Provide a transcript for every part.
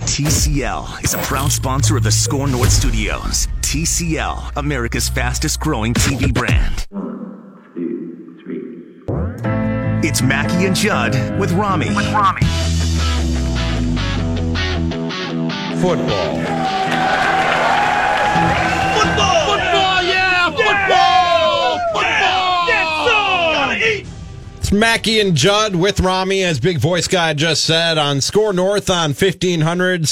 TCL is a proud sponsor of the Score North Studios. TCL, America's fastest growing TV brand. One, two, three. It's Mackie and Judd with Rami. With Rami. Football. Football! Football, yeah! Football! Football! It's Mackie and Judd with Rami, as Big Voice Guy just said, on Score North on 1500,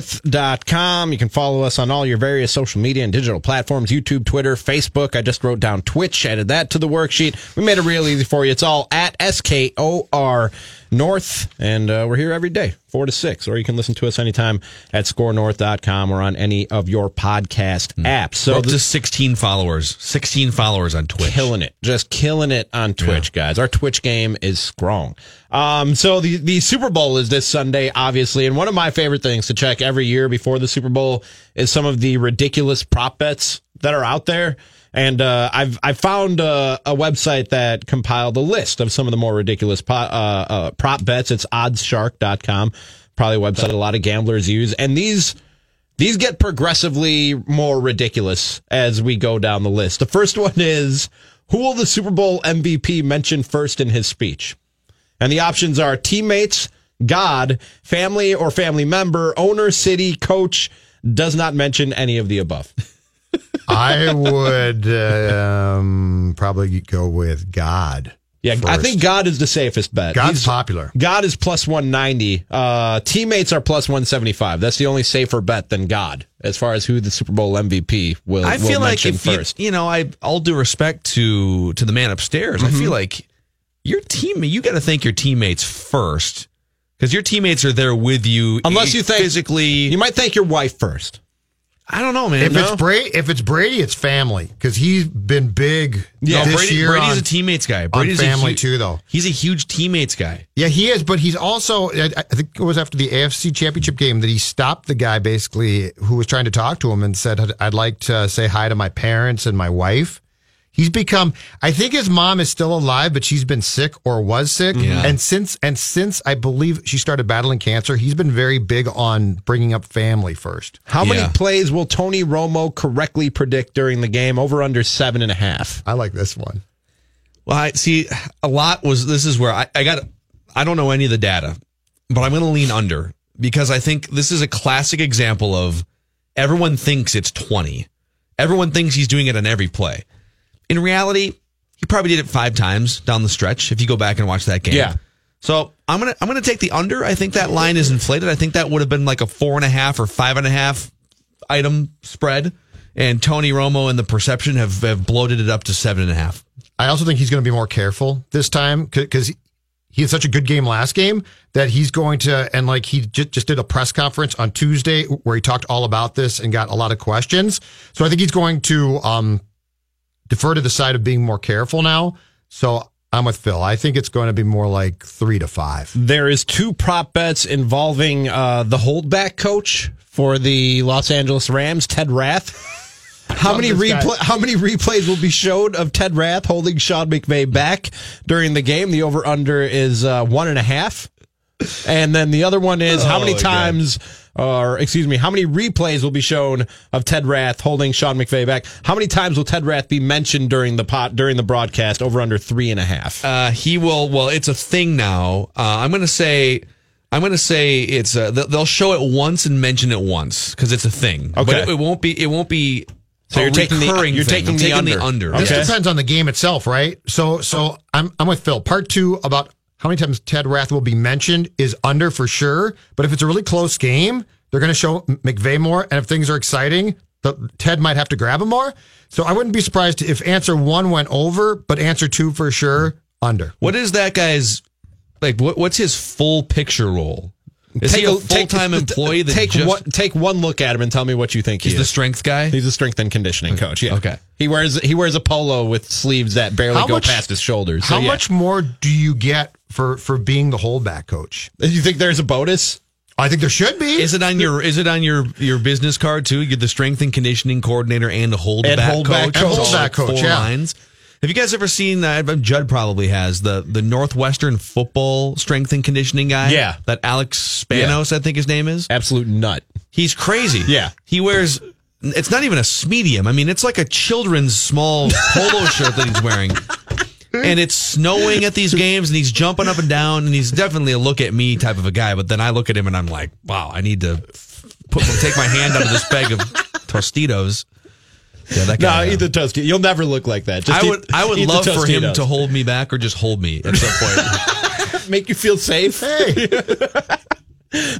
scorenorth.com. You can follow us on all your various social media and digital platforms YouTube, Twitter, Facebook. I just wrote down Twitch, added that to the worksheet. We made it real easy for you. It's all at SKOR North, and uh, we're here every day, 4 to 6. Or you can listen to us anytime at scorenorth.com or on any of your podcast apps. So So the- just 16 followers, 16 followers on Twitch. killing it, just killing it on Twitch, guys. Our Twitch game is strong. Um, so the the Super Bowl is this Sunday, obviously, and one of my favorite things to check every year before the Super Bowl is some of the ridiculous prop bets that are out there. And uh, I've I found uh, a website that compiled a list of some of the more ridiculous po- uh, uh, prop bets. It's OddsShark.com, probably a website a lot of gamblers use, and these these get progressively more ridiculous as we go down the list. The first one is who will the Super Bowl MVP mention first in his speech? And the options are teammates, God, family or family member, owner, city, coach, does not mention any of the above. I would uh, um, probably go with God. Yeah, I first. think God is the safest bet. God's He's- popular. God is plus 190. Uh, teammates are plus 175. That's the only safer bet than God as far as who the Super Bowl MVP will, I will feel like mention if you, first. you know, I all due respect to to the man upstairs, Mm-hmm. I feel like your team you got to thank your teammates first cuz your teammates are there with you Unless you think- physically you might thank your wife first. I don't know, man. If No? it's Brady, if it's Brady, it's family because he's been big No, this Brady, year. Brady's on- a teammates guy. on Brady's a family hu- too, though. He's a huge teammates guy. Yeah, he is, but he's also. I I think it was after the AFC Championship game that he stopped the guy basically who was trying to talk to him and said, "I'd- "I'd like to say hi to my parents and my wife." He's become. I think his mom is still alive, but she's been sick or was sick, and since and since I believe she started battling cancer, he's been very big on bringing up family first. How Yeah. many plays will Tony Romo correctly predict during the game? Over under seven and a half. I like this one. Well, I see a lot was this is where I, I got I don't know any of the data, but I'm gonna lean under because I think this is a classic example of everyone thinks it's 20. Everyone thinks he's doing it on every play. In reality, he probably did it five times down the stretch if you go back and watch that game. Yeah. So I'm gonna I'm gonna take the under. I think that line is inflated. I think that would have been like a four and a half or five and a half item spread. And Tony Romo and the perception have, have bloated it up to seven and a half. I also think he's going to be more careful this time because he had such a good game last game that he's going to and like he just, just did a press conference on Tuesday where he talked all about this and got a lot of questions. So I think he's going to um, defer to the side of being more careful now. So I'm with Phil. I think it's going to be more like three to five. There is two prop bets involving uh, the holdback coach for the Los Angeles Rams, Ted Rath. How many this guy. replay, How many replays will be showed of Ted Rath holding Sean McVay back during the game? The over under is uh, one and a half. And then the other one is Oh, how many times, or excuse me, how many replays will be shown of Ted Rath holding Sean McVay back? How many times will Ted Rath be mentioned during the pot during the broadcast? Over under three and a half. Uh, he will. Well, it's a thing now. Uh, I'm gonna say. I'm gonna say it's. Uh, they'll they'll show it once and mention it once because it's a thing. But Okay. it, it won't be. It won't be. So a you're taking the- recurring you're thing. taking I'm the under. taking under. This Okay. depends on the game itself, right? So so I'm I'm with Phil. Part two about how many times Ted Rath will be mentioned is under for sure. But if it's a really close game, they're going to show McVay more, and if things are exciting, the, Ted might have to grab him more. So I wouldn't be surprised if answer one went over, but answer two for sure under. What is that guy's? Like what? What's his full picture role? Is he a take- full time employee that take just one, take one look at him and tell me what you think he he's the is. strength guy? He's a strength and conditioning coach. Yeah. Okay. He wears he wears a polo with sleeves that barely How go much- past his shoulders. So, How yeah. much more do you get for for being the holdback coach? You think there's a bonus? I think there should be. Is it on your is it on your your business card too? You're the strength and conditioning coordinator and a hold And back hold coach. back coach. It's all Hold back coach, Four yeah. lines. Have you guys ever seen uh, Judd probably has the the Northwestern football strength and conditioning guy? Yeah. That Alex Spanos, I think his name is. Absolute nut. He's crazy. Yeah. He wears it's not even a medium. I mean, it's like a children's small polo shirt that he's wearing. And it's snowing at these games and he's jumping up and down and he's definitely a look at me type of a guy, but then I look at him and I'm like, wow, I need to put take my hand out of this bag of Tostitos. Yeah, that No, guy. uh, eat the toast. You'll never look like that. Just I eat- would I would eat the love for him Tostitos. to hold me back or just hold me at some point. make you feel safe. Hey,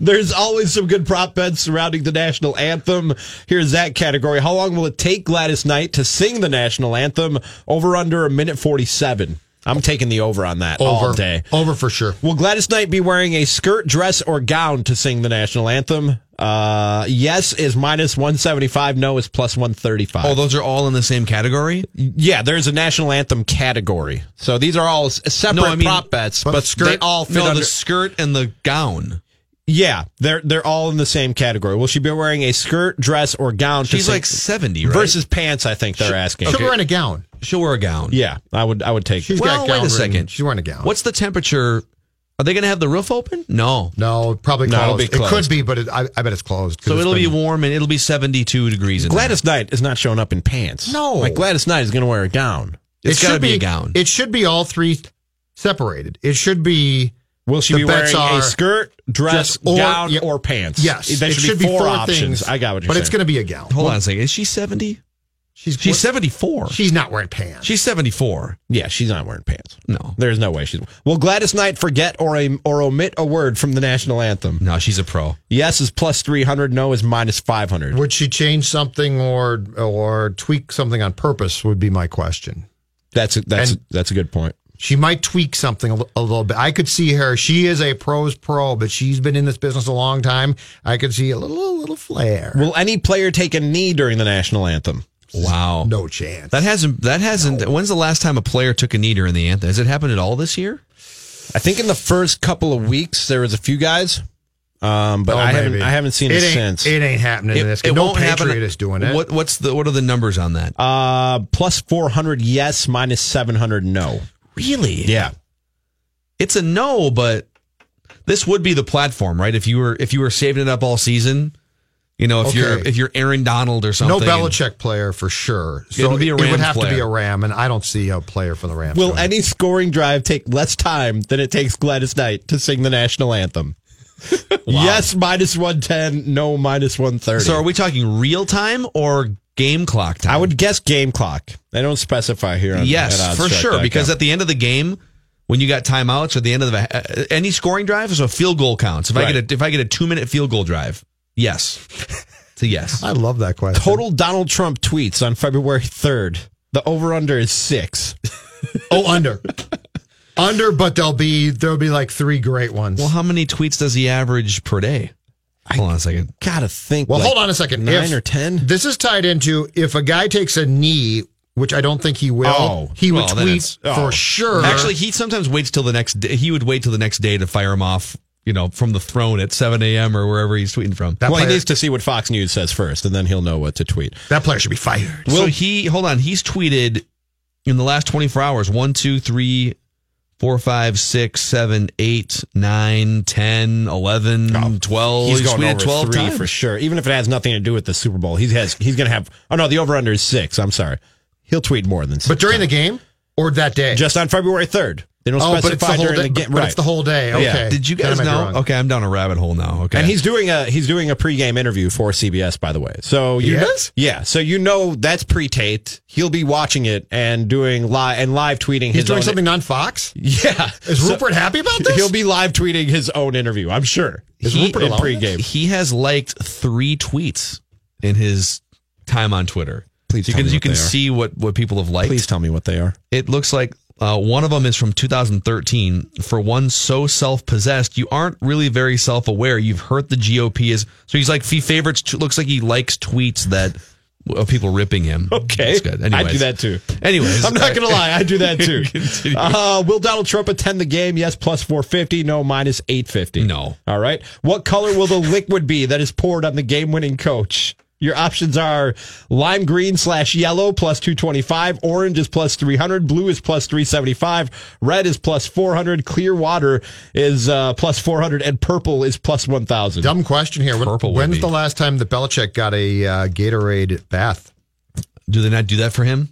There's always some good prop bets surrounding the national anthem. Here's that category. How long will it take Gladys Knight to sing the national anthem? Over under a minute 47. I'm taking the over on that all over day. over for sure. Will Gladys Knight be wearing a skirt, dress, or gown to sing the national anthem? Uh, yes is minus 175. No is plus 135. Oh, those are all in the same category? yeah, there's a national anthem category. So these are all s- separate No, I mean- prop bets, but, But they skirt- all fit no, under. the skirt and the gown. yeah, they're they're all in the same category. Will she be wearing a skirt, dress, or gown? to She's sing- like 70, right? versus pants. I think they're asking. She'll be wearing a gown. she'll wear a gown. Yeah, I would I would take. She's Well, got gown wait a written. second. She's wearing a gown. What's the temperature? Are they going to have the roof open? No. No, probably No, closed. it'll be It closed. could be, but it, I, I bet it's closed. 'cause So it's it'll be been- warm and it'll be 72 degrees in Gladys Knight is not showing up in pants. No. like Gladys Knight is going to wear a gown. there. It's it got to should be, a gown. It should be all three separated. It should be Will she The be wearing bets a are skirt, dress, just or- gown, yeah. or pants? yes. there it should, be, four, options. things, I got what you're but saying. it's going to be a gown. Hold on a second. Is she 70? She's She's what- 74. She's not wearing pants. She's 74. yeah, she's not wearing pants. No. There's no way she's. Will Gladys Knight forget or a, or omit a word from the national anthem? No, she's a pro. Yes is plus three hundred. No is minus five hundred. Would she change something or or tweak something on purpose? Would be my question. That's a, that's And- that's a good point. She might tweak something a, li- a little bit. I could see her. She is a pro's pro, but she's been in this business a long time. I could see a little little flair. Will any player take a knee during the national anthem? Wow. No chance. That hasn't, that hasn't, when's the last time a player took a knee during the anthem? Has it happened at all this year? I think in the first couple of weeks there was a few guys, um, but Oh, I haven't maybe. I haven't seen it, it ain't, since. It ain't happening. in this. no patriot is doing it. What, what's the, what are the numbers on that? uh, plus four hundred yes, minus seven hundred no. really? Yeah. it's a no, but this would be the platform, right? If you were if you were saving it up all season, you know, if Okay. you're if you're Aaron Donald or something. No Belichick player for sure. So It'll be a it would Rams have to be player. a Ram, and I don't see a player for the Rams. Will doing it. any scoring drive take less time than it takes Gladys Knight to sing the national anthem? Yes, minus 110. No, minus 130. So are we talking real time or game clock time? I would guess game clock. They don't specify here. On, yes, at for Oddstrike.com. sure, because at the end of the game, when you got timeouts or the end of the uh, any scoring drive, so field goal counts. If I Right. get a if I get a two minute field goal drive, yes, it's a yes. I love that question. total Donald Trump tweets on February 3rd. The over under is six. Oh, under, under, but there'll be there'll be like three great ones. Well, Well, how many tweets does he average per day? Hold on a second. Gotta think. like hold on a second. Nine If- or 10? This is tied into if a guy takes a knee, which I don't think he will. Oh, he would well, then tweet it's- oh. for sure. Actually, he sometimes waits till the next day. He would wait till the next day to fire him off, you know, from the throne at 7 a.m. or wherever he's tweeting from. that Well, he player, needs to see what Fox News says first, and then he'll know what to tweet. that player should be fired. so he, hold on, he's tweeted in the last 24 hours one, two, three, four, five, six, seven, eight, nine, 10, 11, 12. Oh, He's going tweeted over three times. for sure. Even if it has nothing to do with the Super Bowl, he has he's going to have. Oh no, the over under is six. I'm sorry. He'll tweet more than six. But during the game or that day. just on February third, they don't oh, but it's the specify whole during day. the but- game. but it's the whole day. Okay. Did you Then I guys might be know? wrong. Okay, I'm down a rabbit hole now. Okay. And he's doing a he's doing a pregame interview for CBS, by the way. So you He is? yeah, so you know that's pre-taped. He'll be watching it and doing live and live tweeting. He's his doing own- something non Fox. Yeah, Is Rupert happy about this? he'll be live tweeting his own interview. I'm sure. Is He- Rupert in allowed pregame? He has liked three tweets in his time on Twitter. Please you tell can me you what can they are. see what what people have liked. Please tell me what they are. It looks like Uh, one of them is from 2013. For one so self possessed, you aren't really very self aware. You've hurt the GOP. Is so he's like he favorites. t- Looks like he likes tweets that of people ripping him. Okay. That's good. I Anyways. do that too. Anyways, I'm not going to lie. I do that too. Continue. Uh, will Donald Trump attend the game? Yes, plus 450. No, minus 850. No. All right. What color will the liquid be that is poured on the game winning coach? Your options are lime green slash yellow plus 225, orange is plus 300, blue is plus 375, red is plus 400, clear water is uh, plus 400, and purple is plus 1,000. Dumb question here. When, Purple would when's be. the last time that Belichick got a uh, Gatorade bath? do they not do that for him?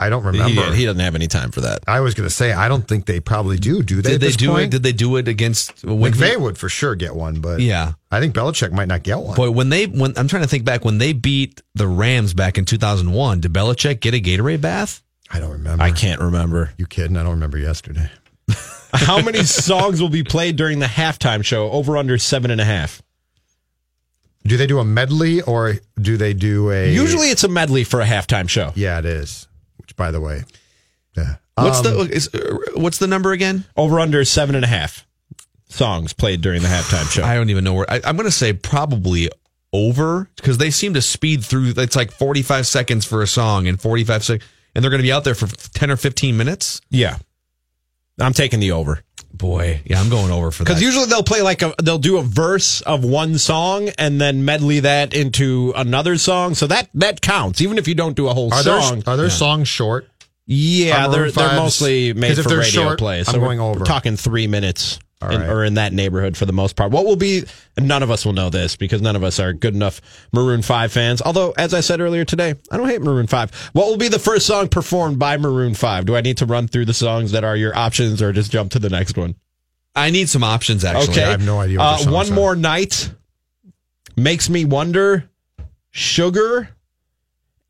I don't remember. doesn't have any time for that. I was going to say I don't think they probably do. Do they? Did at they this do point? it? Did they do it against when McVay would for sure get one, but Yeah. I think Belichick might not get one. Boy, when they when I'm trying to think back when they beat the Rams back in 2001, did Belichick get a Gatorade bath? I don't remember. can't remember. You kidding? I don't remember yesterday. How many songs will be played during the halftime show? Over under seven and a half. Do they do a medley or do they do a? Usually it's a medley for a halftime show. yeah, it is. Which, by the way, yeah. What's Um, the is, uh, what's the number again? Over under seven and a half songs played during the halftime show. I don't even know where. I, I'm going to say probably over because they seem to speed through. It's like 45 seconds for a song and 45 seconds, and they're going to be out there for 10 or 15 minutes. yeah. I'm taking the over. Boy, yeah, I'm going over for that. Because usually they'll play like a, they'll do a verse of one song and then medley that into another song. So that, that counts, even if you don't do a whole are there song. are there songs short? yeah, are they're, Maroon they're fives- mostly made 'cause if for they're radio short, plays. I'm So we're- going over. We're talking three minutes in, right. or in that neighborhood for the most part. What will be, none of us will know this because none of us are good enough Maroon 5 fans. Although, as I said earlier today, I don't hate Maroon 5. What will be the first song performed by Maroon 5? Do I need to run through the songs that are your options or just jump to the next one? I need some options actually. Okay. I have no idea what the uh, songs one are. more night makes me wonder. Sugar,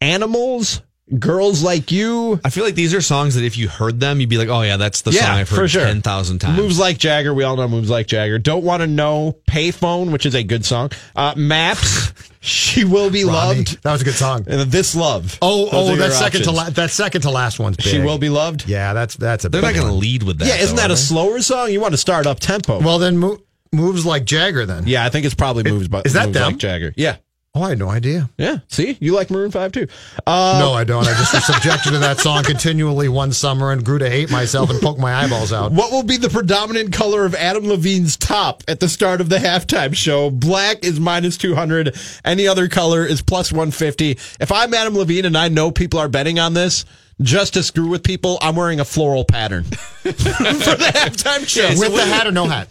animals, girls like you, I feel like these are songs that if you heard them, you'd be like, oh yeah, that's the Yeah, song I've for heard sure. 10,000 times. moves like Jagger. We all know moves like Jagger. Don't want to know. Payphone, which is a good song. Uh, Maps. she will be Ronnie, loved. That was a good song. And this love. Oh, Those are oh, your that second to options. la- that second to last one's big. She will be loved. Yeah, that's that's a. They're not big going to one. lead with that. Yeah, isn't though, that are a they? slower song? You want to start up tempo. Well, then mo- moves like Jagger. Then yeah, I think it's probably moves. But is that moves them? like Jagger? Yeah, Oh, I had no idea. yeah. See, you like Maroon Five too. Uh, no, I don't. I just was subjected to that song continually one summer and grew to hate myself and poke my eyeballs out. What will be the predominant color of Adam Levine's top at the start of the halftime show? Black is minus 200. Any other color is plus 150. If I'm Adam Levine and I know people are betting on this, just to screw with people, I'm wearing a floral pattern for the halftime show With the hat or no hat?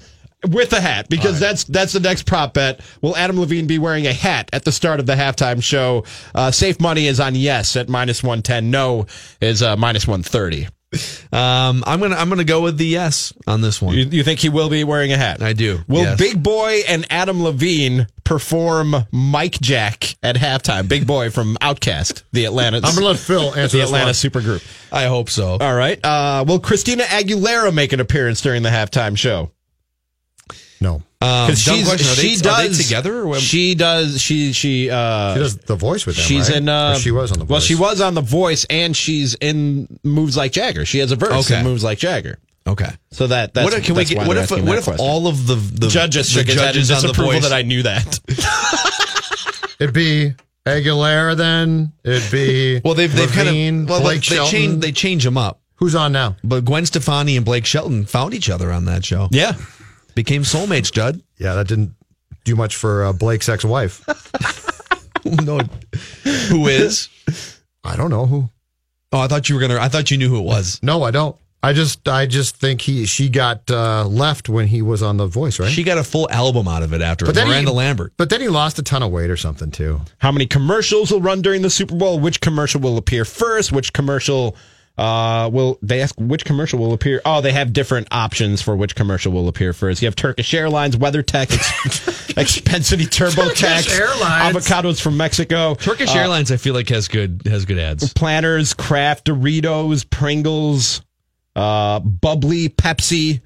with a hat because that's that's the next prop bet. Will Adam Levine be wearing a hat at the start of the halftime show? Uh, safe money is on yes at minus 110. No is uh, minus 130. Um, I'm going to I'm going to go with the yes on this one. You, you think he will be wearing a hat? I do, Will yes. Big Boy and Adam Levine perform Mike Jack at halftime? Big Boy from Outcast, the Atlanta, I'm gonna let Phil answer the this Atlanta one. supergroup. I hope so. All right. Uh, will Christina Aguilera make an appearance during the halftime show? No, Um, Because dumb she's question. Are they- she are they does together. Or She does. She she uh, she does the voice with them. She's right? in. Uh, Or she was on the. Voice. Well, she was on the Voice, and she's in moves like Jagger. She has a verse Okay. in moves like Jagger. okay. So that that's what if, can we that's why get, what they're if asking what that if question. all of the the judges the shook his head in judges on the disapproval voice that I knew that. It'd be Aguilera. Then it'd be. well they've they've kind Levine, of well Blake they, they Shelton. change they change them up Who's on now? but Gwen Stefani and Blake Shelton found each other on that show yeah. became soulmates Judd Yeah, that didn't do much for uh, Blake's ex-wife. no who is I don't know who. oh I thought you were gonna I thought you knew who it was No, I don't. I just, I just think he, she got uh, left when he was on the Voice, right? she got a full album out of it after it. Miranda he, Lambert But then he lost a ton of weight or something too. How many commercials will run during the Super Bowl? Which commercial will appear first? Which commercial uh, will they ask which commercial will appear? Oh, they have different options for which commercial will appear first. You have Turkish Airlines, WeatherTech, ex- Expensity TurboTax, Airlines. avocados from Mexico, uh, Turkish Airlines I feel like has good has good ads planners, Kraft, Doritos, Pringles, uh, Bubbly, Pepsi.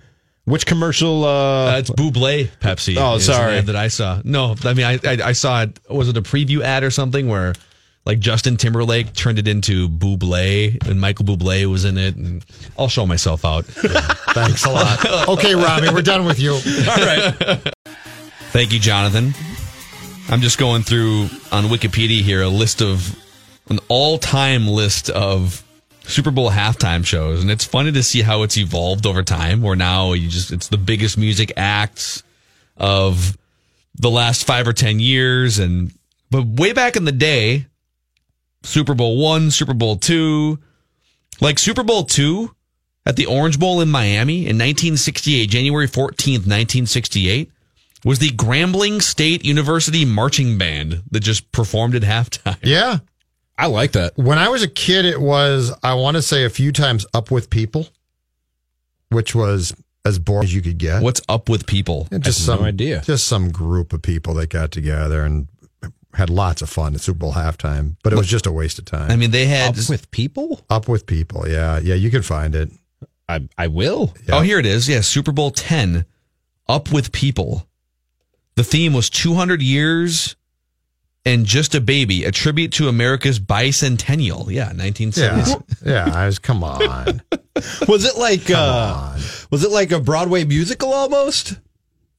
Which commercial? uh, Uh, it's Buble Pepsi. Oh, is an sorry. ad that I saw. No, I mean I, I I saw it. Was it a preview ad or something where Like Justin Timberlake turned it into Buble, and Michael Buble was in it. And I'll show myself out. Thanks a lot. Okay, Robbie, we're done with you. Thank you, Jonathan. I'm just going through on Wikipedia here a list of an all time list of Super Bowl halftime shows. And it's funny to see how it's evolved over time where now you just, it's the biggest music acts of the last five or 10 years. And, but way back in the day, Super Bowl one, Super Bowl two, like Super Bowl two at the Orange Bowl in Miami in 1968, January 14th, 1968 was the Grambling State University marching band that just performed at halftime. Yeah. I like that. When I was a kid, it was, I want to say, a few times up with people, which was as boring as you could get. What's up with people? And just no some idea. Just some group of people that got together and had lots of fun at Super Bowl halftime, but it was just a waste of time. I mean, they had. Up with people? up with people, yeah, yeah, you can find it. I I will. Oh, here it is. Yeah, Super Bowl 10, Up with People. The theme was 200 years and just a baby, a tribute to America's bicentennial. Yeah, 1970s. Yeah, yeah. I was come on, Was it like uh, on. was it like a Broadway musical almost?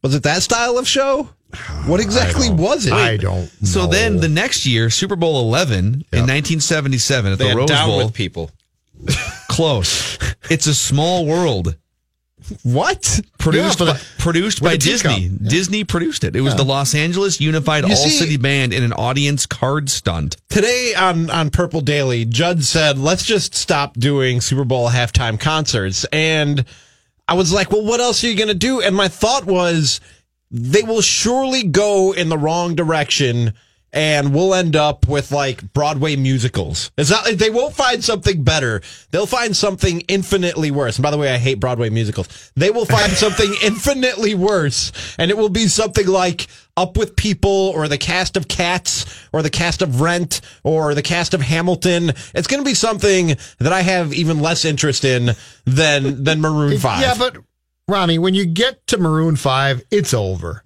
Was it that style of show? What exactly don't- was it? I don't. So know. then the next year, Super Bowl 11 in 1977 at They the had Rose down Bowl. with people. Close. it's a small world. What? produced Yeah, but- by, produced with by a teacup. Disney. Disney produced it. It was the Los Angeles Unified You All see- City Band in an audience card stunt. Today on, on Purple Daily, Judd said, let's just stop doing Super Bowl halftime concerts. And I was like, well, what else are you going to do? And my thought was, they will surely go in the wrong direction and we'll end up with like Broadway musicals. It's not, they won't find something better. They'll find something infinitely worse. And by the way, I hate Broadway musicals. They will find something infinitely worse and it will be something like Up with People or the cast of Cats or the cast of Rent or the cast of Hamilton. It's going to be something that I have even less interest in than, than Maroon 5. Yeah, but Rami, when you get to Maroon Five, it's over.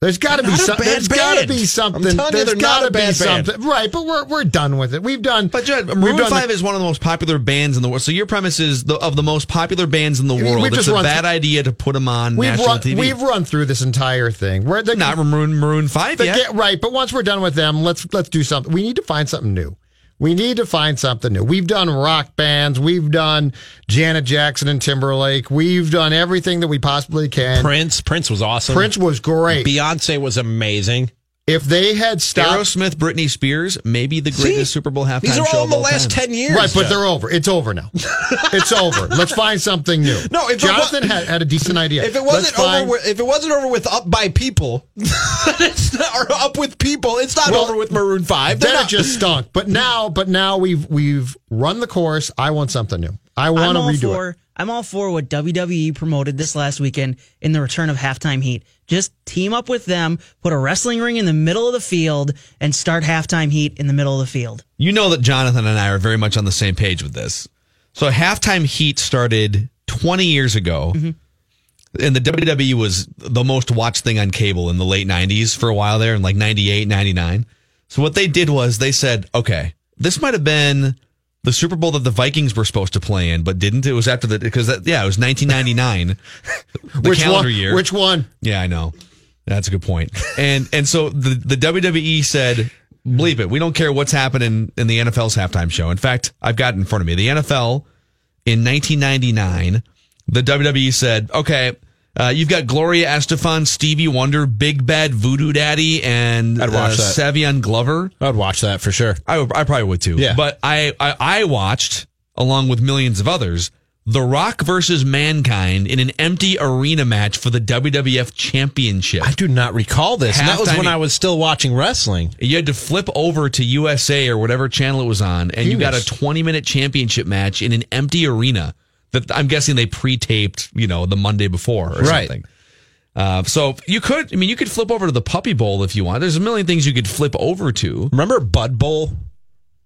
There's got to be Not a something. bad There's got to band. be I'm something. telling you, There's they're not gotta a bad be band. something. Right, but we're we're done with it. We've done. But Judd, we've Maroon done 5 the- is one of the most popular bands in the world. So your premise is the, of the most popular bands in the mean, world. we've It's just a run bad through- idea to put them on We've national run, TV. we've run through this entire thing. We're the, Not Maroon, Maroon 5 But yet. get- right, but once we're done with them, let's let's do something. We need to find something new. We need to find something new. We've done rock bands. We've done Janet Jackson and Timberlake. We've done everything that we possibly can. Prince. Prince, Prince was awesome. was great. Beyonce was amazing. if they had stopped, Aerosmith, Britney Spears, maybe the greatest Super Bowl halftime These are show all in of the all last time. ten years. right, but Jeff. they're over. It's over now. it's over. Let's find something new. No, if it wa- Jonathan had, had a decent idea. if it Let's wasn't find- over, with, if it wasn't over with up by people, it's not, or up with people, it's not Well, over with Maroon Five. They're then it not- just stunk. But now, but now we've we've run the course. I want something new. I want I'm to all redo it. for. I'm all for what WWE promoted this last weekend in the return of halftime heat. Just team up with them, put a wrestling ring in the middle of the field, and start halftime heat in the middle of the field. You know that Jonathan and I are very much on the same page with this. So halftime heat started 20 years ago. Mm-hmm. And the WWE was the most watched thing on cable in the late 90s for a while there in like 98, 99. So what they did was they said, okay, this might have been the Super Bowl that the Vikings were supposed to play in, but didn't. It was after the, because that, yeah, it was 1999, the calendar one, year. Which one? Yeah, I know. That's a good point. And and so the the WWE said, "Bleep it. We don't care what's happening in the NFL's halftime show." In fact, I've got it in front of me. The NFL in 1999, the WWE said, "Okay, uh, you've got Gloria Estefan, Stevie Wonder, Big Bad Voodoo Daddy, and uh, I'd watch that. Savion Glover." I would watch that for sure. I, would- I probably would too. Yeah. But I, I I watched along with millions of others The Rock versus Mankind in an empty arena match for the WWF Championship. I do not recall this. And that was Halftime- when I was still watching wrestling. You had to flip over to USA or whatever channel it was on, and you got a Genius. 20 minute championship match in an empty arena that I'm guessing they pre taped, you know, the Monday before or Right. something. Uh, so you could, I mean, you could flip over to the Puppy Bowl if you want. There's a million things you could flip over to. Remember Bud Bowl,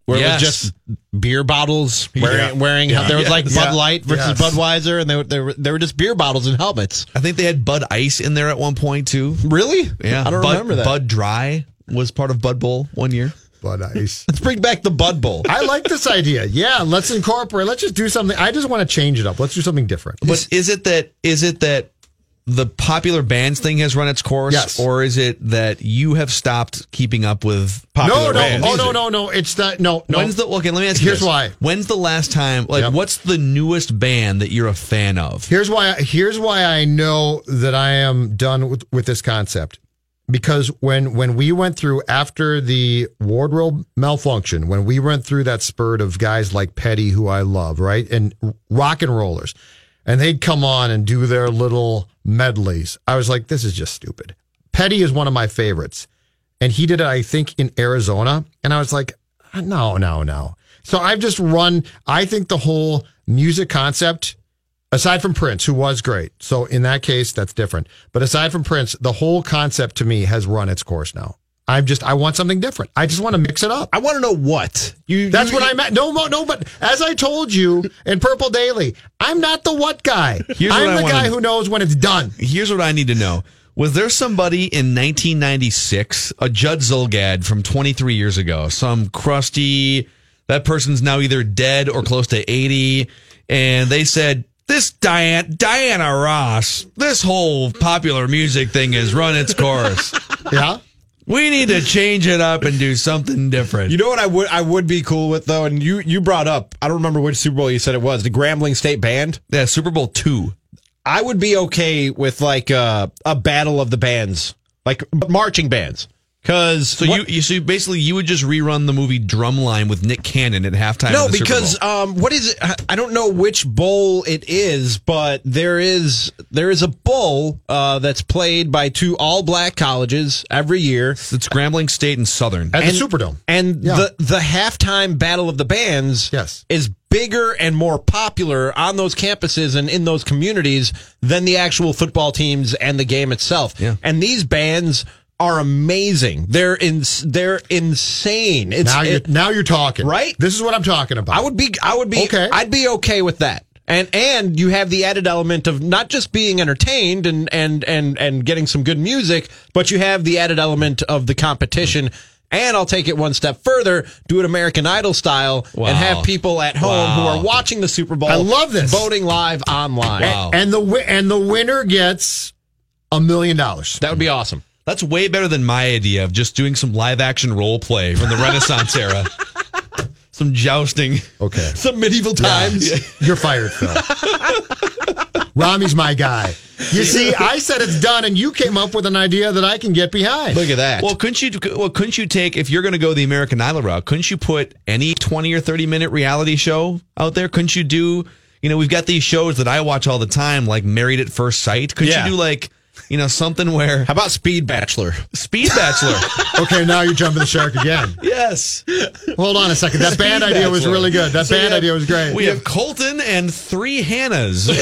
where Yes. it was just beer bottles wearing, wearing there was like Bud Yeah. Light versus Yes. Budweiser, and they were, they were they were just beer bottles and helmets. I think they had Bud Ice in there at one point too. Really? Yeah, I don't Bud, remember that. Bud Dry was part of Bud Bowl one year. Bud Ice. Let's bring back the Bud Bowl. I like this idea. Yeah, let's incorporate. Let's just do something. I just want to change it up. Let's do something different. But is it that is it that the popular bands thing has run its course, Yes. or is it that you have stopped keeping up with no, popular no, bands? oh no, no, no. It's not. No, no. When's the okay? Let me ask you. Here's this. why. When's the last time? Like, Yep. what's the newest band that you're a fan of? Here's why. Here's why I know that I am done with, with this concept, because when when we went through after the wardrobe malfunction, when we went through that spurt of guys like Petty, who I love, right, and rock and rollers, and they'd come on and do their little medleys. I was like, this is just stupid. Petty is one of my favorites, and he did it, I think, in Arizona, and I was like, no, no, no. So I've just run. I think the whole music concept aside from Prince, who was great. So in that case, that's different. But aside from Prince, the whole concept to me has run its course now. I'm just, I want something different. I just want to mix it up. I want to know what you. That's you- what I meant. No, mo- no, but as I told you in Purple Daily, I'm not the what guy. Here's what I'm I the wanna- guy who knows when it's done. Here's what I need to know. Was there somebody in 1996, a Judd Zulgad from 23 years ago, some crusty, that person's now either dead or close to 80, and they said, this Diane, Diana Ross, this whole popular music thing has run its course. Yeah. we need to change it up and do something different. You know what I would I would be cool with though, and you you brought up I don't remember which Super Bowl you said it was the Grambling State Band. yeah, Super Bowl two. I would be okay with like uh, a battle of the bands, like marching bands, because So you, you, so you basically you would just rerun the movie Drumline with Nick Cannon at halftime. No, of the Super because Bowl. um, what is it? I- I don't know which bowl it is, but there is there is a bowl uh, that's played by two all black colleges every year, it's Grambling State and Southern. At the Superdome. and Yeah. the the halftime battle of the bands Yes. is bigger and more popular on those campuses and in those communities than the actual football teams and the game itself. Yeah. And these bands are amazing. They're in they're insane. It's Now you're, it- now you're talking. Right? This is what I'm talking about. I would be. I would be. Okay. I'd be okay with that. And and you have the added element of not just being entertained and and and and getting some good music, but you have the added element of the competition. And I'll take it one step further, do it American Idol style, Wow. and have people at home who are watching the Super Bowl. I love this. voting live online. Wow. And the, wi- and the winner gets a million dollars. That would be awesome. That's way better than my idea of just doing some live action role play from the Renaissance era. Some jousting. Okay. Some medieval times. You're fired, Phil. Rami's my guy. You see, I said it's done, and you came up with an idea that I can get behind. Look at that. Well, couldn't you? Well, couldn't you take if you're going to go the American Idol route? Couldn't you put any 20 or 30 minute reality show out there? Couldn't you do? You know, we've got these shows that I watch all the time, like Married at First Sight. Couldn't Yeah. you do like, you know, something where how about Speed Bachelor? Speed Bachelor? Okay, now you're jumping the shark again. yes, Hold on a second. That band idea was Bachelor. really good. That So we band have- idea was great. We have Colton and three Hannahs.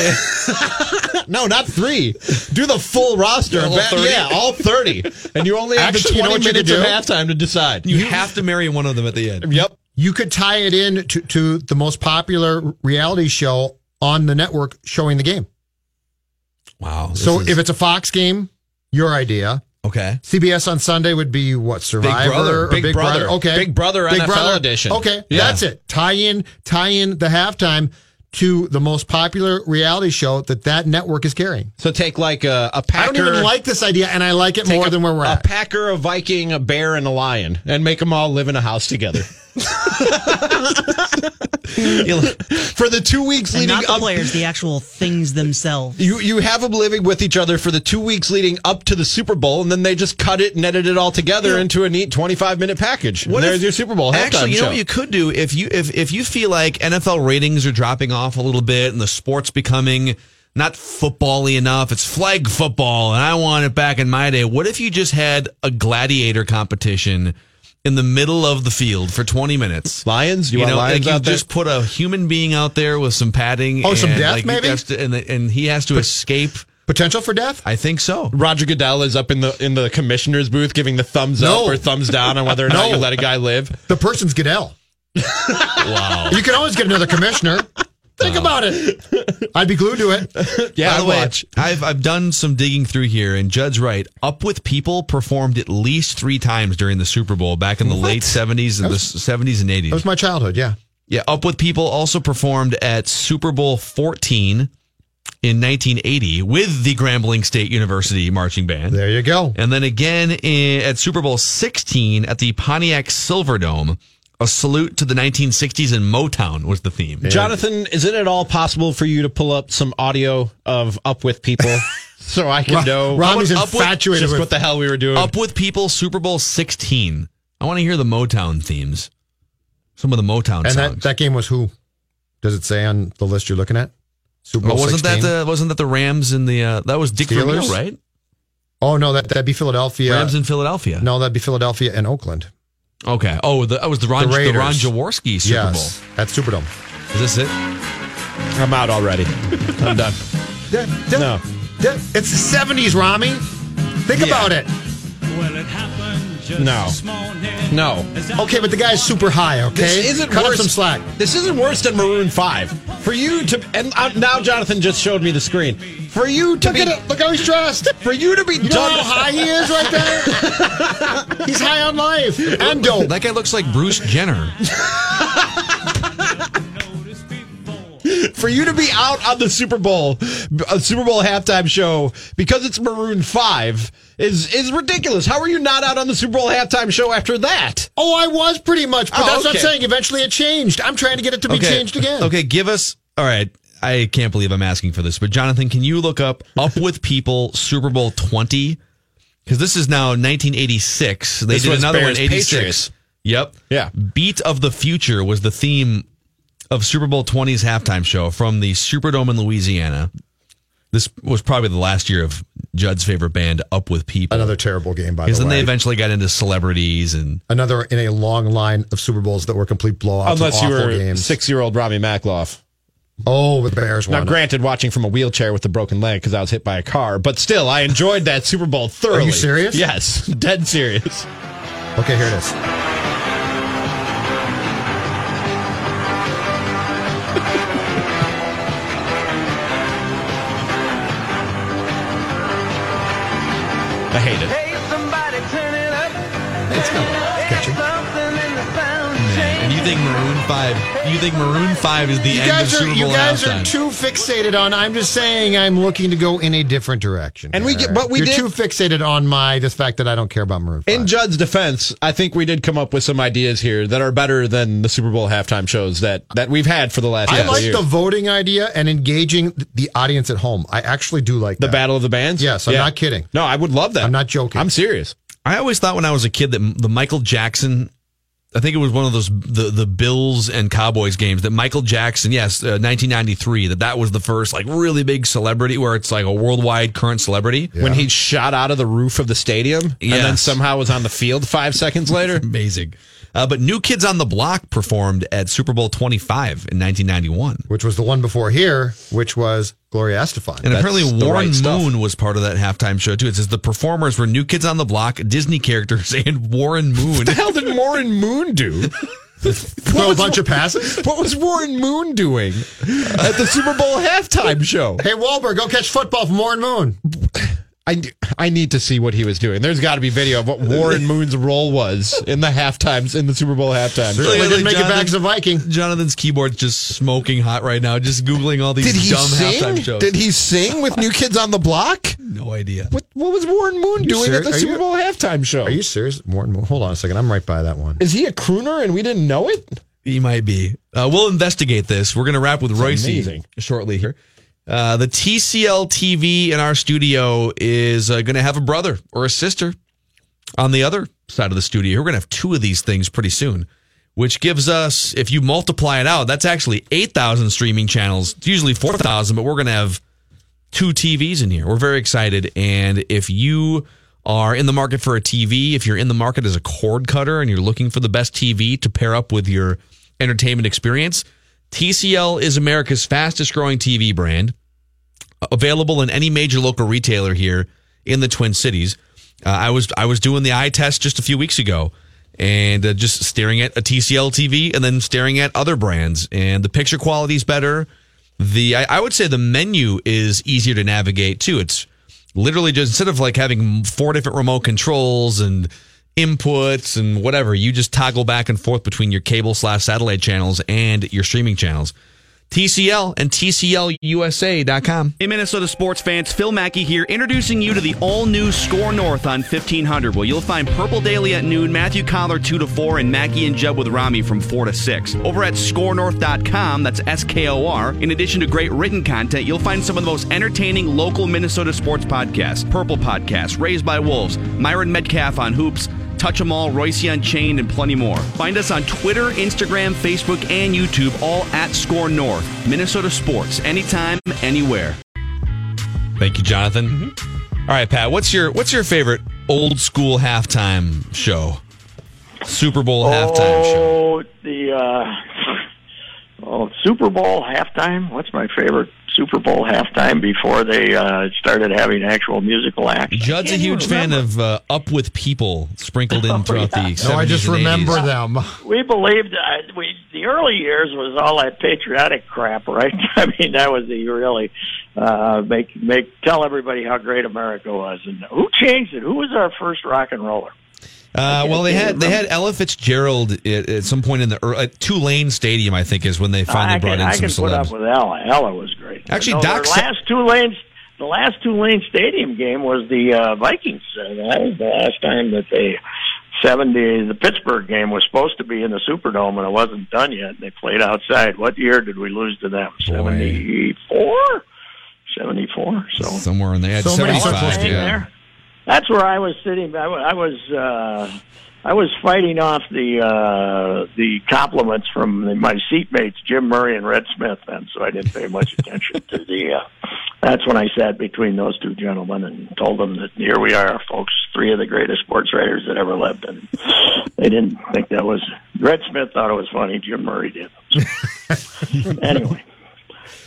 No, not three. Do the full roster. All Ba- 30? Yeah, all thirty. And you only have Actually, you the know twenty what you could minutes of do? halftime to decide. You have to marry one of them at the end. Yep. you could tie it in to, to the most popular reality show on the network showing the game. Wow. this So is- if it's a Fox game, your idea. okay. CBS on Sunday would be what Survivor Brother, or Big Brother. Okay, Big Brother NFL edition. Okay, Yeah. that's it. Tie in, tie in the halftime to the most popular reality show that that network is carrying. So take like a, a I packer. don't even like this idea, and I like it take more a- than where we're A at. packer, a Viking, a bear, and a lion, and make them all live in a house together for the two weeks And leading not the up. players, the actual things themselves. You you have them living with each other for the two weeks leading up to the Super Bowl, and then they just cut it and edit it all together into a neat twenty five minute package. And there's if- your Super Bowl halftime Actually, you show. know what you could do if you if if you feel like NFL ratings are dropping off a little bit and the sport's becoming not football-y enough, it's flag football, and I want it back in my day. What if you just had a gladiator competition in the middle of the field for 20 minutes? lions, you, You want know, lions like you out there? just put a human being out there with some padding. Oh, some and, death, like, he maybe? has to- and, and he has to escape. Potential for death? I think so. Roger Goodell is up in the in the commissioner's booth giving the thumbs No. up or thumbs down on whether or not No. you let a guy live. The person's Goodell. Wow. You can always get another commissioner. Uh, Think about it. I'd be glued to it. By the way, watch. I've I've done some digging through here, and Judge Wright, "Up with People" performed at least three times during the Super Bowl back in the late seventies and the seventies and That was eighties. my childhood. Yeah. Yeah, "Up with People" also performed at Super Bowl fourteen in nineteen eighty with the Grambling State University marching band. There you go. And then again in, at Super Bowl 16 at the Pontiac Silverdome, a salute to the 1960s and Motown was the theme. Jonathan, is it at all possible for you to pull up some audio of Up With People so I can know Rami's Up with- infatuated just with, what the hell we were doing? Up with people, Super Bowl 16. I want to hear the Motown themes. Some of the Motown and that, songs. that game was who? Does it say on the list you're looking at? Super Well, Bowl Oh, wasn't 16? that the wasn't that the Rams and the uh, that was Dick Steelers? Vermeil, right? Oh no, that that'd be Philadelphia. Rams in Philadelphia. no, that'd be Philadelphia and Oakland. Okay. Oh, the, that was the Ron The the, Raiders. Ron Jaworski Super yes, that's Superdome. Bowl. Is this it? I'm out already. I'm done. No. It's the seventies, Rami. Think about it. No. No. Okay, but the guy's super high. Okay, This isn't cut worse. him some slack. This isn't worse than Maroon Five. For you to and uh, now Jonathan just showed me the screen. For you to Look be at it. Look how he's dressed. for you to be You know done. how high he is right there. he's high on life and dope. That guy looks like Bruce Jenner. for you to be out on the Super Bowl, a Super Bowl halftime show because it's Maroon Five is is ridiculous. How are you not out on the Super Bowl halftime show after that? Oh, I was pretty much, but Oh, that's what I'm okay. saying. Eventually, it changed. I'm trying to get it to be changed again. Okay, give us. All right. I can't believe I'm asking for this, but Jonathan, can you look up Up with People Super Bowl 20? Because this is now 1986. They This did was another Bears one, 86. Patriots. Yep. Yeah. Beat of the Future was the theme of Super Bowl 20's halftime show from the Superdome in Louisiana. This was probably the last year of Judd's favorite band, Up with People. Another terrible game, by Because the then way. they eventually got into celebrities and Another in a long line of Super Bowls that were complete blowouts. and Unless you awful were games. six year old Robbie Makloff. Oh, the Bears Now, won. granted, watching from a wheelchair with a broken leg because I was hit by a car, but still, I enjoyed that Super Bowl thoroughly. serious? Yes, dead serious. Okay, here it is. I hate it. It's catchy. And you think Maroon Five? You think Maroon Five is the You end of guys, are, Super Bowl you guys are halftime? too fixated on. I'm just saying, I'm looking to go in a different direction. And we here. get- but we You're did- too fixated on my this fact that I don't care about Maroon. Five. In Judd's defense, I think we did come up with some ideas here that are better than the Super Bowl halftime shows that, that we've had for the last I couple like years. the voting idea and engaging th- the audience at home. I actually do like The that. Battle of the Bands? Yes, I'm not kidding. No, I would love that. I'm not joking. I'm serious. I always thought when I was a kid that the Michael Jackson. I think it was one of those the the Bills and Cowboys games that Michael Jackson, yes, uh, 1993, that that was the first like really big celebrity where it's like a worldwide current celebrity. When he shot out of the roof of the stadium and then Yes. somehow was on the field five seconds later. Amazing. Uh, but New Kids on the Block performed at Super Bowl 25 in 1991. which was the one before here, which was Gloria Estefan. And That's apparently, the Warren right stuff. Moon was part of that halftime show too. It says the performers were New Kids on the Block, Disney characters, and Warren Moon. What the hell did Warren Moon do? Throw a bunch of passes. What was Warren Moon doing at the Super Bowl halftime show? Hey Wahlberg, go catch football from Warren Moon. I, I need to see what he was doing. There's got to be video of what Warren Moon's role was in the halftimes in the Super Bowl halftime. show. Certainly like didn't make it back Jonathan- as a Viking. Jonathan's keyboard's just smoking hot right now. Just googling all these Did he dumb sing? halftime shows. Did he sing with New Kids on the Block? No idea. What What was Warren Moon doing serious? at the Are Super you- Bowl halftime show? Are you serious, Warren Moon? Hold on a second. I'm right by that one. Is he a crooner and we didn't know it? He might be. Uh, we'll investigate this. We're going to wrap with Royce amazing. shortly here. Uh, the TCL TV in our studio is uh, going to have a brother or a sister on the other side of the studio. We're going to have two of these things pretty soon, which gives us, if you multiply it out, that's actually 8,000 streaming channels. It's usually 4,000, but we're going to have two TVs in here. We're very excited. And if you are in the market for a TV, if you're in the market as a cord cutter and you're looking for the best TV to pair up with your entertainment experience, TCL is America's fastest growing TV brand, available in any major local retailer here in the Twin Cities. Uh, I was I was doing the eye test just a few weeks ago and uh, just staring at a TCL TV and then staring at other brands and the picture quality is better. the I, I would say the menu is easier to navigate too. It's literally just instead of like having four different remote controls and inputs and whatever, you just toggle back and forth between your cable slash satellite channels and your streaming channels. TCL and TCLUSA.com. Hey, Minnesota sports fans, Phil Mackey here, introducing you to the all new Score North on 1500, where you'll find Purple Daily at noon, Matthew Collar 2 to 4, and Mackey and Jeb with Rami from 4 to 6. Over at scorenorth.com, that's S K O R, in addition to great written content, you'll find some of the most entertaining local Minnesota sports podcasts Purple Podcast, Raised by Wolves, Myron Metcalf on Hoops. Touch 'em all, Royce Unchained, and plenty more. Find us on Twitter, Instagram, Facebook, and YouTube, all at Score North. Minnesota Sports, anytime, anywhere. Thank you, Jonathan. Mm-hmm. All right, Pat, what's your what's your favorite old school halftime show? Super Bowl halftime show. Oh, the uh, oh Super Bowl halftime. What's my favorite Super Bowl halftime before they uh, started having actual musical acts? Judd's a huge fan of uh, Up with People sprinkled Oh, in throughout the 70s No, I just and 80s. remember them. We believed uh, we the early years was all that patriotic crap, right? I mean, that was the really uh, make make tell everybody how great America was, and who changed it? Who was our first rock and roller? Uh, well, they had they had Ella Fitzgerald at, at some point in the ear- at Tulane Stadium, I think, is when they finally I brought can, in I some can put up celebs. with Ella. Ella was great. Actually, no, Doc their said- last two lanes, the last two lane stadium game was the uh, Vikings. Uh, that was the last time that they seventy. The Pittsburgh game was supposed to be in the Superdome, and it wasn't done yet. and They played outside. What year did we lose to them? Seventy four. Seventy four. So Somewhere in there, at So many 75, circles to hang yeah. there. That's where I was sitting. I wa- I was uh, I was fighting off the uh, the compliments from the, my seatmates Jim Murray and Red Smith then, so I didn't pay much attention to the. Uh, that's when I sat between those two gentlemen and told them that here we are, folks, three of the greatest sports writers that ever lived, and they didn't think that was. Red Smith thought it was funny. Jim Murray did. anyway.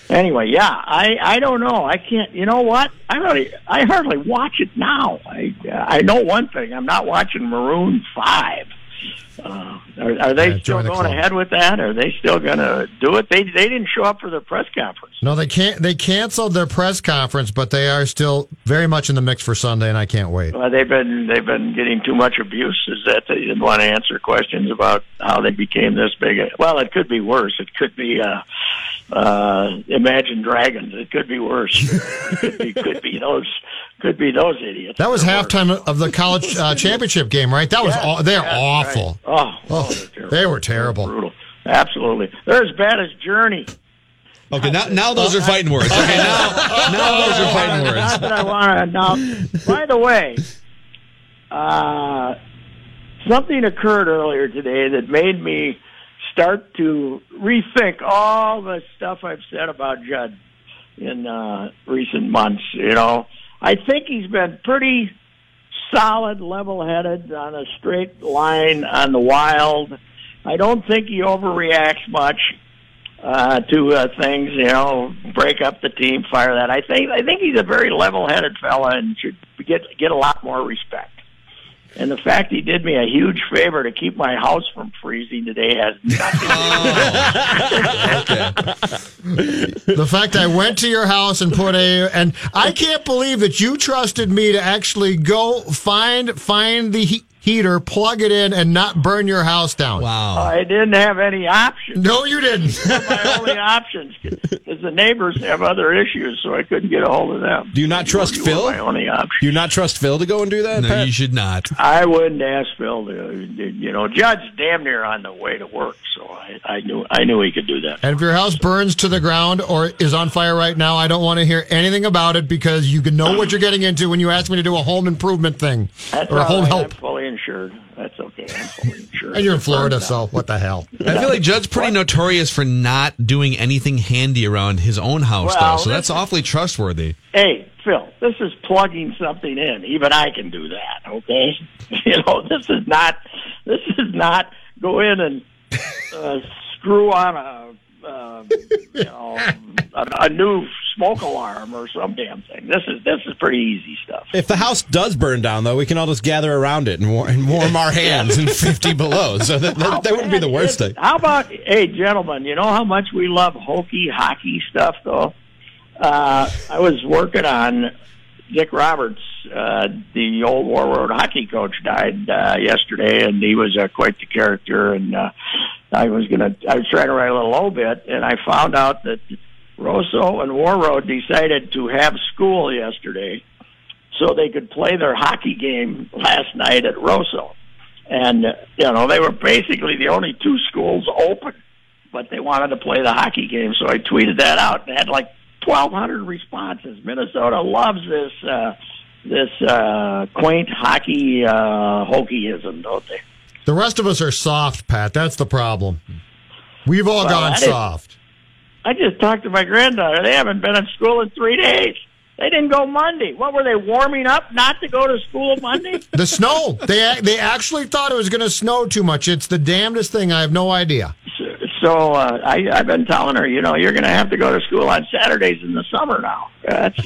Anyway, yeah, I I don't know. I can't. You know what? I really I hardly watch it now. I I know one thing. I'm not watching Maroon Five. Uh, are, are they Yeah, still join the going club. ahead with that? Are they still going to do it? They they didn't show up for their press conference. No, they can't. They canceled their press conference, but they are still very much in the mix for Sunday, and I can't wait. Well, they've been they've been getting too much abuse. Is that they didn't want to answer questions about how they became this big? a- Well, it could be worse. It could be uh, uh, Imagine Dragons. It could be worse. it could be, could be those could be those idiots. That was They're worse. halftime of the college uh, championship game, right? That was aw- they're awful. Oh, Oh, they were terrible. brutal. Absolutely, they're as bad as Journey. Okay, now, now those are fighting words. Okay, now, now those are fighting Not words. that I want to. Now, by the way, uh, something occurred earlier today that made me start to rethink all the stuff I've said about Judd in uh, recent months. You know, I think he's been pretty solid, level-headed on a straight line on the wild. I don't think he overreacts much uh, to uh, things, you know, break up the team, fire that. I think I think he's a very level-headed fella and should get get a lot more respect. And the fact he did me a huge favor to keep my house from freezing today has nothing. The fact I went to your house and put a and I can't believe that you trusted me to actually go find find the he- heater, plug it in, and not burn your house down. Wow. I didn't have any options. No, you didn't. My only options because the neighbors have other issues, so I couldn't get a hold of them. Do you not trust You were Phil? My only option. Do you not trust Phil to go and do that? No, Pat? you should not. I wouldn't ask Phil to. You know, Judge damn near on the way to work, so I, I knew I knew he could do that. And if your house burns to the ground or is on fire right now, I don't want to hear anything about it because you can know what you're getting into when you ask me to do a home improvement thing That's or all home right. help. I'm fully insured. That's okay. I'm fully insured. And you're in Florida, so what the hell? I feel like Judd's pretty notorious for not doing anything handy around his own house, Well, though. So that's listen. awfully trustworthy. Hey, Phil, this is plugging something in. Even I can do that. Okay, you know this is not. This is not go in and uh, screw on um, a uh, you know a, a new smoke alarm or some damn thing. This is this is pretty easy stuff. If the house does burn down, though, we can all just gather around it and, war- and warm our hands in 50 below. So that, that, that wouldn't be the worst thing. How about, hey, gentlemen, you know how much we love hokey hockey stuff, though? Uh, I was working on Dick Roberts, uh, the old War Road hockey coach, died uh, yesterday, and he was uh, quite the character. And uh, I was gonna, I was trying to write a little obit, and I found out that Rosso and War Road decided to have school yesterday, so they could play their hockey game last night at Rosso. And uh, you know, they were basically the only two schools open, but they wanted to play the hockey game. So I tweeted that out and had like 1,200 responses. Minnesota loves this uh, this uh, quaint hockey uh, hokeyism, don't they? The rest of us are soft, Pat. That's the problem. We've all Well, gone that is- soft. I just talked to my granddaughter. They haven't been in school in three days. They didn't go Monday. What were they warming up not to go to school Monday? The snow. they they actually thought it was going to snow too much. It's the damnedest thing. I have no idea. so uh, I, I've been telling her, you know, you're going to have to go to school on Saturdays in the summer now. That's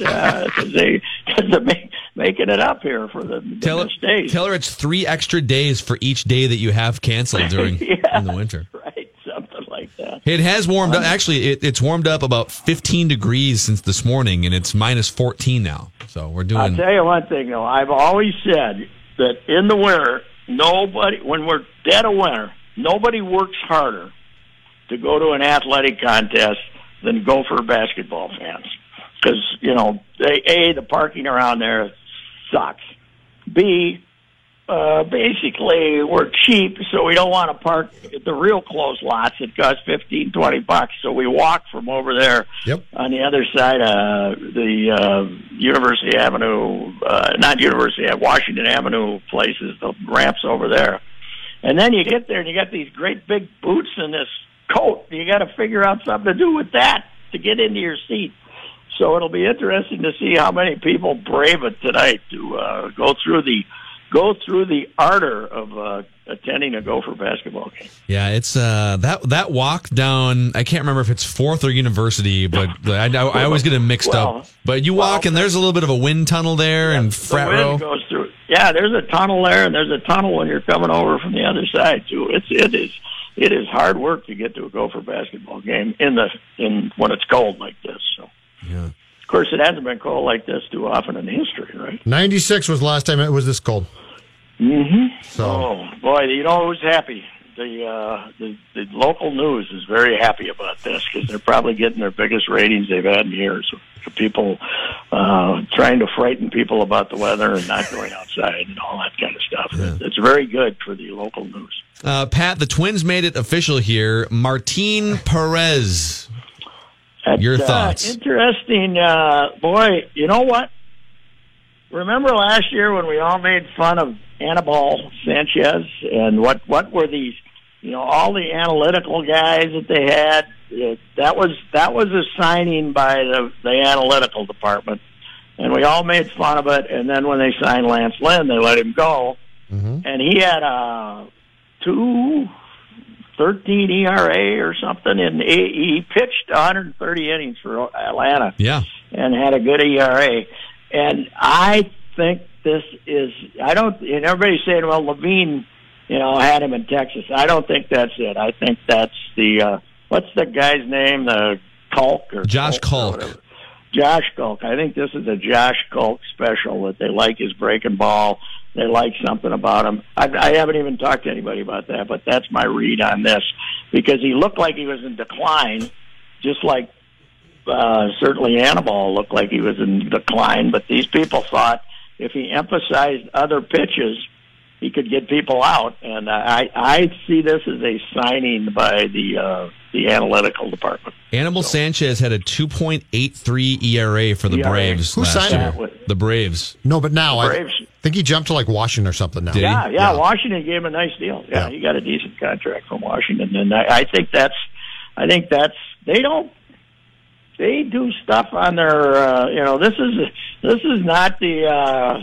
uh, 'cause they cause they're make, making it up here for the, the Tell her, mistakes. tell her it's three extra days for each day that you have canceled during in the winter. right, something like that. It has warmed up. Actually, it, it's warmed up about 15 degrees since this morning, and it's minus 14 now. So we're I'll doing. tell you one thing though. I've always said that in the winter, nobody when we're dead of winter, nobody works harder to go to an athletic contest than Gopher basketball fans. Because you know, they, a the parking around there sucks. B uh, basically we're cheap, so we don't want to park at the real close lots. It costs fifteen, twenty bucks, so we walk from over there Yep. on the other side of the uh, University Avenue, uh, not University, uh, Washington Avenue places, the ramps over there. And then you get there and you got these great big boots and this coat. You got to figure out something to do with that to get into your seat. So it'll be interesting to see how many people brave it tonight to uh, go through the go through the ardor of uh, attending a Gopher basketball game. Yeah, it's uh, that that walk down. I can't remember if it's Fourth or University, but I, I, I always get them mixed Well, up. But you walk, and there's a little bit of a wind tunnel there, and frat the wind row. goes through. Yeah, there's a tunnel there, and there's a tunnel when you're coming over from the other side too. It's it is it is hard work to get to a Gopher basketball game in the in when it's cold like this. So, Yeah. of course, it hasn't been cold like this too often in history, right? Ninety six was the last time it was this cold. Mm-hmm. So Oh boy, you know who's happy? The uh, the the local news is very happy about this because they're probably getting their biggest ratings they've had in years. People uh, trying to frighten people about the weather and not going outside and all that kind of stuff. It's very good for the local news. Uh, Pat, the Twins made it official here. Martin Perez. That's, Your uh, thoughts. interesting, uh, boy. You know what? Remember last year when we all made fun of Anibal Sanchez and what what were these? You know, all the analytical guys that they had. Uh, that was that was a signing by the the analytical department, and we all made fun of it. And then when they signed Lance Lynn, they let him go, and he had a two 13 ERA or something, and he he pitched 130 innings for Atlanta Yeah. and had a good ERA. And I think this is, I don't, and everybody's saying, well, Levine, you know, had him in Texas. I don't think that's it. I think that's the, uh, what's the guy's name? The Culk or Josh or Culk. whatever. Josh Culk. I think this is a Josh Culk special that they like his breaking ball. They like something about him. I, I haven't even talked to anybody about that, but that's my read on this because he looked like he was in decline, just like uh, certainly Annabelle looked like he was in decline, but these people thought if he emphasized other pitches, he could get people out. And uh, I, I see this as a signing by the uh, the analytical department. Animal Sanchez had a 2.83 ERA E for the ERA. Braves. E Who last signed year. him? The Braves. no, but now I Braves. think he jumped to like Washington or something. Now, Did he? Yeah, yeah, Yeah. Washington gave him a nice deal. Yeah, Yeah. he got a decent contract from Washington, and I, I think that's, I think that's they don't, they do stuff on their, uh, you know, this is this is not the, uh,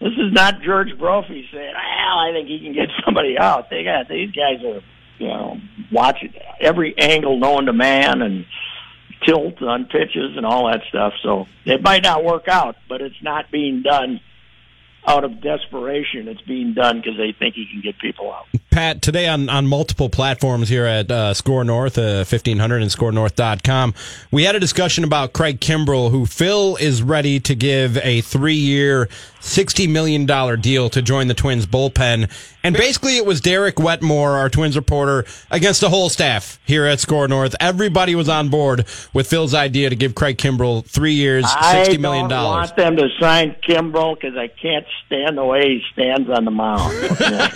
this is not George Brophy saying, well, I think he can get somebody out. They got these guys are, you know, watching every angle known to man and tilt on pitches and all that stuff. So it might not work out, but it's not being done out of desperation. It's being done because they think he can get people out. Pat, today on, on multiple platforms here at uh, Score North, uh, 1500 and scorenorth.com, we had a discussion about Craig Kimbrell, who Phil is ready to give a three year, $60 million deal to join the Twins bullpen. And basically, it was Derek Wetmore, our Twins reporter, against the whole staff here at Score North. Everybody was on board with Phil's idea to give Craig Kimbrell three years, $60 million. I don't want them to sign Kimbrell because I can't stand the way he stands on the mound.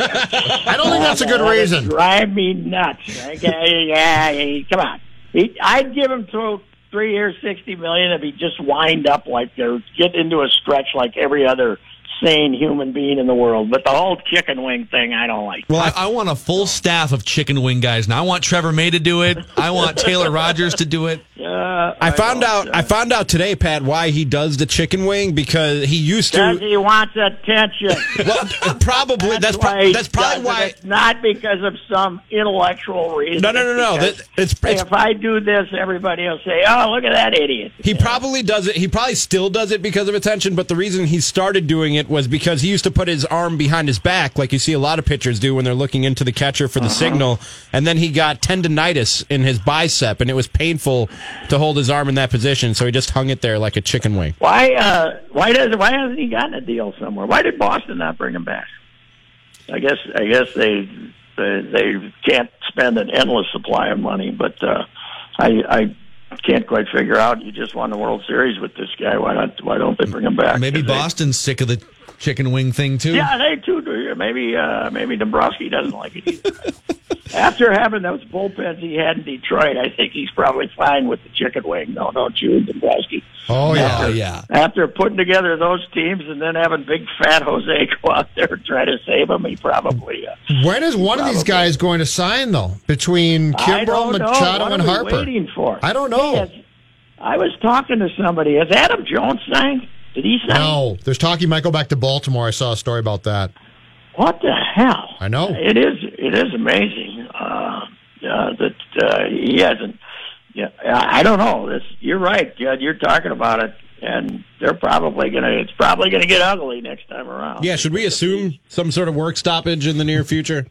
I don't think that's a good That would reason. Drive me nuts. Like, yeah, yeah, yeah, come on. He, I'd give him through three years, sixty million, if he just wind up like or get into a stretch like every other sane human being in the world. But the whole chicken wing thing, I don't like. Well, I, I want a full staff of chicken wing guys now. I want Trevor May to do it. I want Taylor Rogers to do it. Uh, I found out. don't, uh, I found out today, Pat, why he does the chicken wing because he used Because to. he wants attention. Well, probably that's why pro- he that's probably does it. why. It's not because of some intellectual reason. No, no, no, no. Because, That- it's- hey, it's- if I do this, everybody will say, "Oh, look at that idiot." He probably does it. He probably still does it because of attention, but the reason he started doing it was because he used to put his arm behind his back, like you see a lot of pitchers do when they're looking into the catcher Uh-huh. for the signal. And then he got tendonitis in his bicep, and it was painful to hold his arm in that position. So he just hung it there like a chicken wing. Why? Uh, why does? Why hasn't he gotten a deal somewhere? Why did Boston not bring him back? I guess. I guess they they, they can't spend an endless supply of money. But uh, I I can't quite figure out. You just won the World Series with this guy. Why not? Why don't they bring him back? Maybe They- Boston's sick of the chicken wing thing too. Yeah, they too do. Maybe uh, maybe Dombrowski doesn't like it either. After having those bullpens he had in Detroit, I think he's probably fine with the chicken wing. No, don't you, Dombrowski? Oh yeah. Oh, yeah. After putting together those teams and then having big fat Jose go out there and try to save him, he probably. Uh, When is one of these guys going to sign though? Between I Kimbrell, don't know. Machado, What and are we Harper. waiting for? I don't know. Hey, has- I was talking to somebody. Has Adam Jones signed? Did he sign? No, there's talk he might go back to Baltimore. I saw a story about that. What the hell? I know. It is. It is amazing uh, uh, that uh, he hasn't. Yeah, I I don't know. This, you're right, Jed. You're talking about it, and they're probably gonna. It's probably gonna get ugly next time around. Yeah, should we assume some sort of work stoppage in the near future?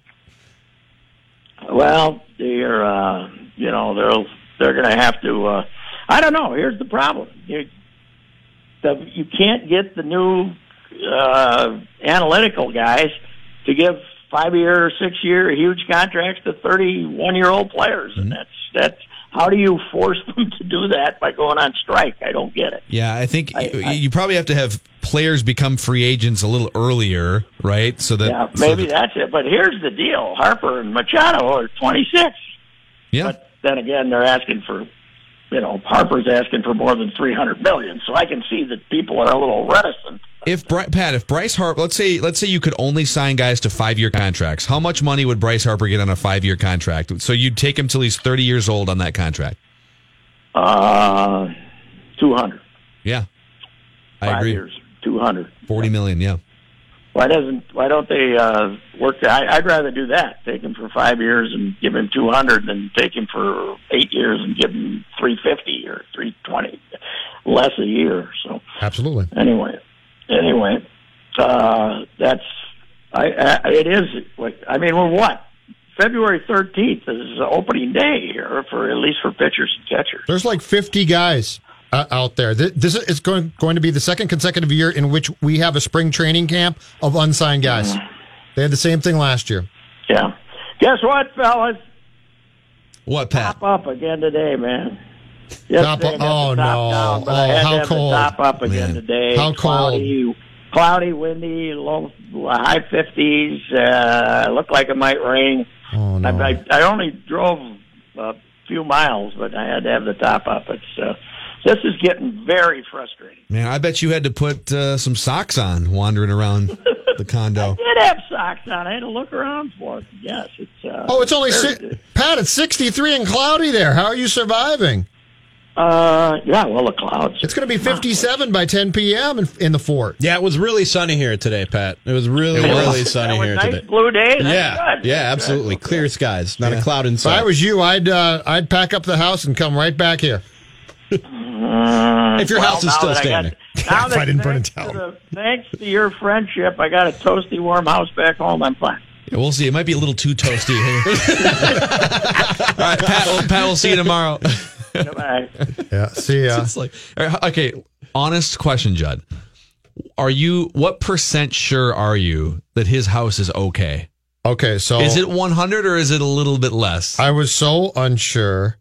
Well, they're. Uh, you know, they'll. They're gonna have to. Uh, I don't know. Here's the problem. You, the, you can't get the new uh, analytical guys to give five year or six year huge contracts to 31 year old players. And that's, that's, how do you force them to do that by going on strike? I don't get it. Yeah, I think I- you, I- you probably have to have players become free agents a little earlier, right? So that Yeah, so maybe that- that's it. But here's the deal Harper and Machado are 26. yeah. But then again, they're asking for, you know, Harper's asking for more than 300 million. So I can see that people are a little reticent. If Bri- Pat, if Bryce Harper, let's say, let's say you could only sign guys to five-year contracts, how much money would Bryce Harper get on a five-year contract? So you'd take him till he's thirty years old on that contract. Uh, 200. Yeah, I Five agree. years. 200. Forty million. Yeah, Why doesn't why don't they uh, work? The, I, I'd rather do that. Take him for five years and give him two hundred, than take him for eight years and give him three fifty or three twenty, less a year. So Absolutely. anyway, anyway, uh, that's I, I. It is. like, I mean, we're what February thirteenth is the opening day here for at least for pitchers and catchers. There's like 50 guys uh, out there. Th- This is going going to be the second consecutive year in which we have a spring training camp of unsigned guys. They had the same thing last year. Yeah. Guess what, fellas? what Pat? top up again today, man. Yesterday Top I up- had the oh, no. down, but I Oh, had to how have the cold. top up again Man. today. How cold. Cloudy, cloudy, windy, low, high fifties. Uh, looked like it might rain. Oh no. I, I, I only drove a few miles, but I had to have the top up. It's uh, this is getting very frustrating. Man, I bet you had to put uh, some socks on wandering around the condo. Did have socks on. I had to look around for it. Yes, it's. Uh, Oh, it's only very- six, Pat. It's 63 and cloudy there. How are you surviving? Uh, yeah. Well, the clouds. It's going to be 57 by 10 p.m. in, in the fort. Yeah, it was really sunny here today, Pat. It was really, It was. really That sunny was here nice today. blue day. That's Yeah, good. yeah, That's good. absolutely. Clear skies, not a cloud in If I sight. was you, I'd uh, I'd pack up the house and come right back here. If your house is now still that I got- standing. now If I that didn't burn it thanks to down. the- Thanks to your friendship, I got a toasty warm house back home. I'm fine. Yeah, we'll see. It might be a little too toasty here. All right, Pat. Well, Pat, we'll see you tomorrow. Goodbye. Yeah. See ya. It's like, all right, okay, honest question, Judd. Are you what percent sure are you that his house is okay? Okay. So Oh. Is it 100 or is it a little bit less? I was so unsure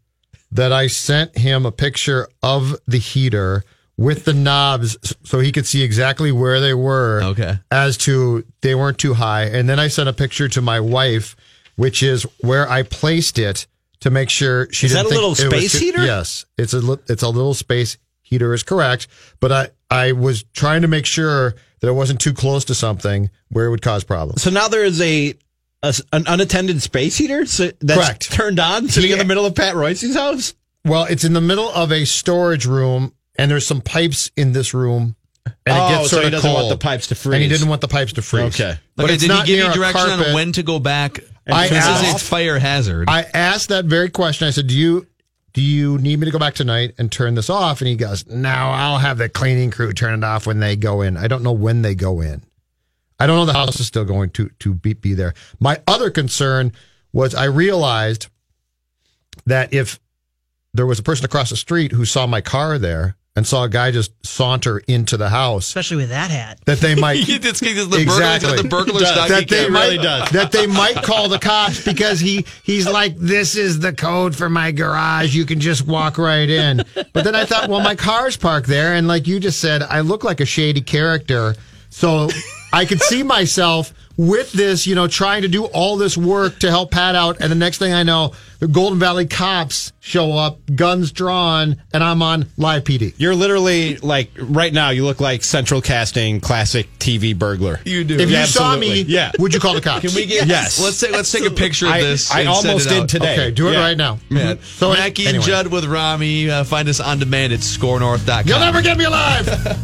that I sent him a picture of the heater with the knobs s- so he could see exactly where they were. Okay. As to they weren't too high. And then I sent a picture to my wife, which is where I placed it to make sure she Is that a didn't think little it was space too- heater? Yes. It's a li- it's a little space heater is correct, but I I was trying to make sure that it wasn't too close to something where it would cause problems. So now there is a, a- an unattended space heater so that's Correct. turned on sitting in the middle of Pat Royce's house. Well, it's in the middle of a storage room, and there's some pipes in this room, and Oh, it gets so sort he of doesn't cold. want the pipes to freeze. and he didn't want the pipes to freeze. Okay. but okay, it's did not he give you near a direction on carpet. when to go back? I this is a asked- fire hazard. I asked that very question. I said, "Do you do you need me to go back tonight and turn this off?" And he goes, "No, I'll have the cleaning crew turn it off when they go in. I don't know when they go in. I don't know the house is still going to to be, be there." My other concern was I realized that if there was a person across the street who saw my car there and saw a guy just saunter into the house, especially with that hat. that they might It's 'cause the Exactly. burglar, the burglar's It does. not- he that they can't- might that they might call the cops because he he's like this is the code for my garage you can just walk right in but then i thought well my car's parked there and like you just said i look like a shady character so i could see myself with this you know trying to do all this work to help pat out and the next thing i know the golden valley cops show up guns drawn and i'm on live pd You're literally like right now. You look like central casting classic TV burglar. You do. if you Yeah, saw me absolutely. Yeah. would you call the cops Can we get Yes. Let's take let's take a picture of I- this. I and send almost it did out. today. okay do it Yeah. right now Man. so Mackie and anyway. Judd with Rami. Uh, find us on demand at scorenorth.com. You'll never get me alive.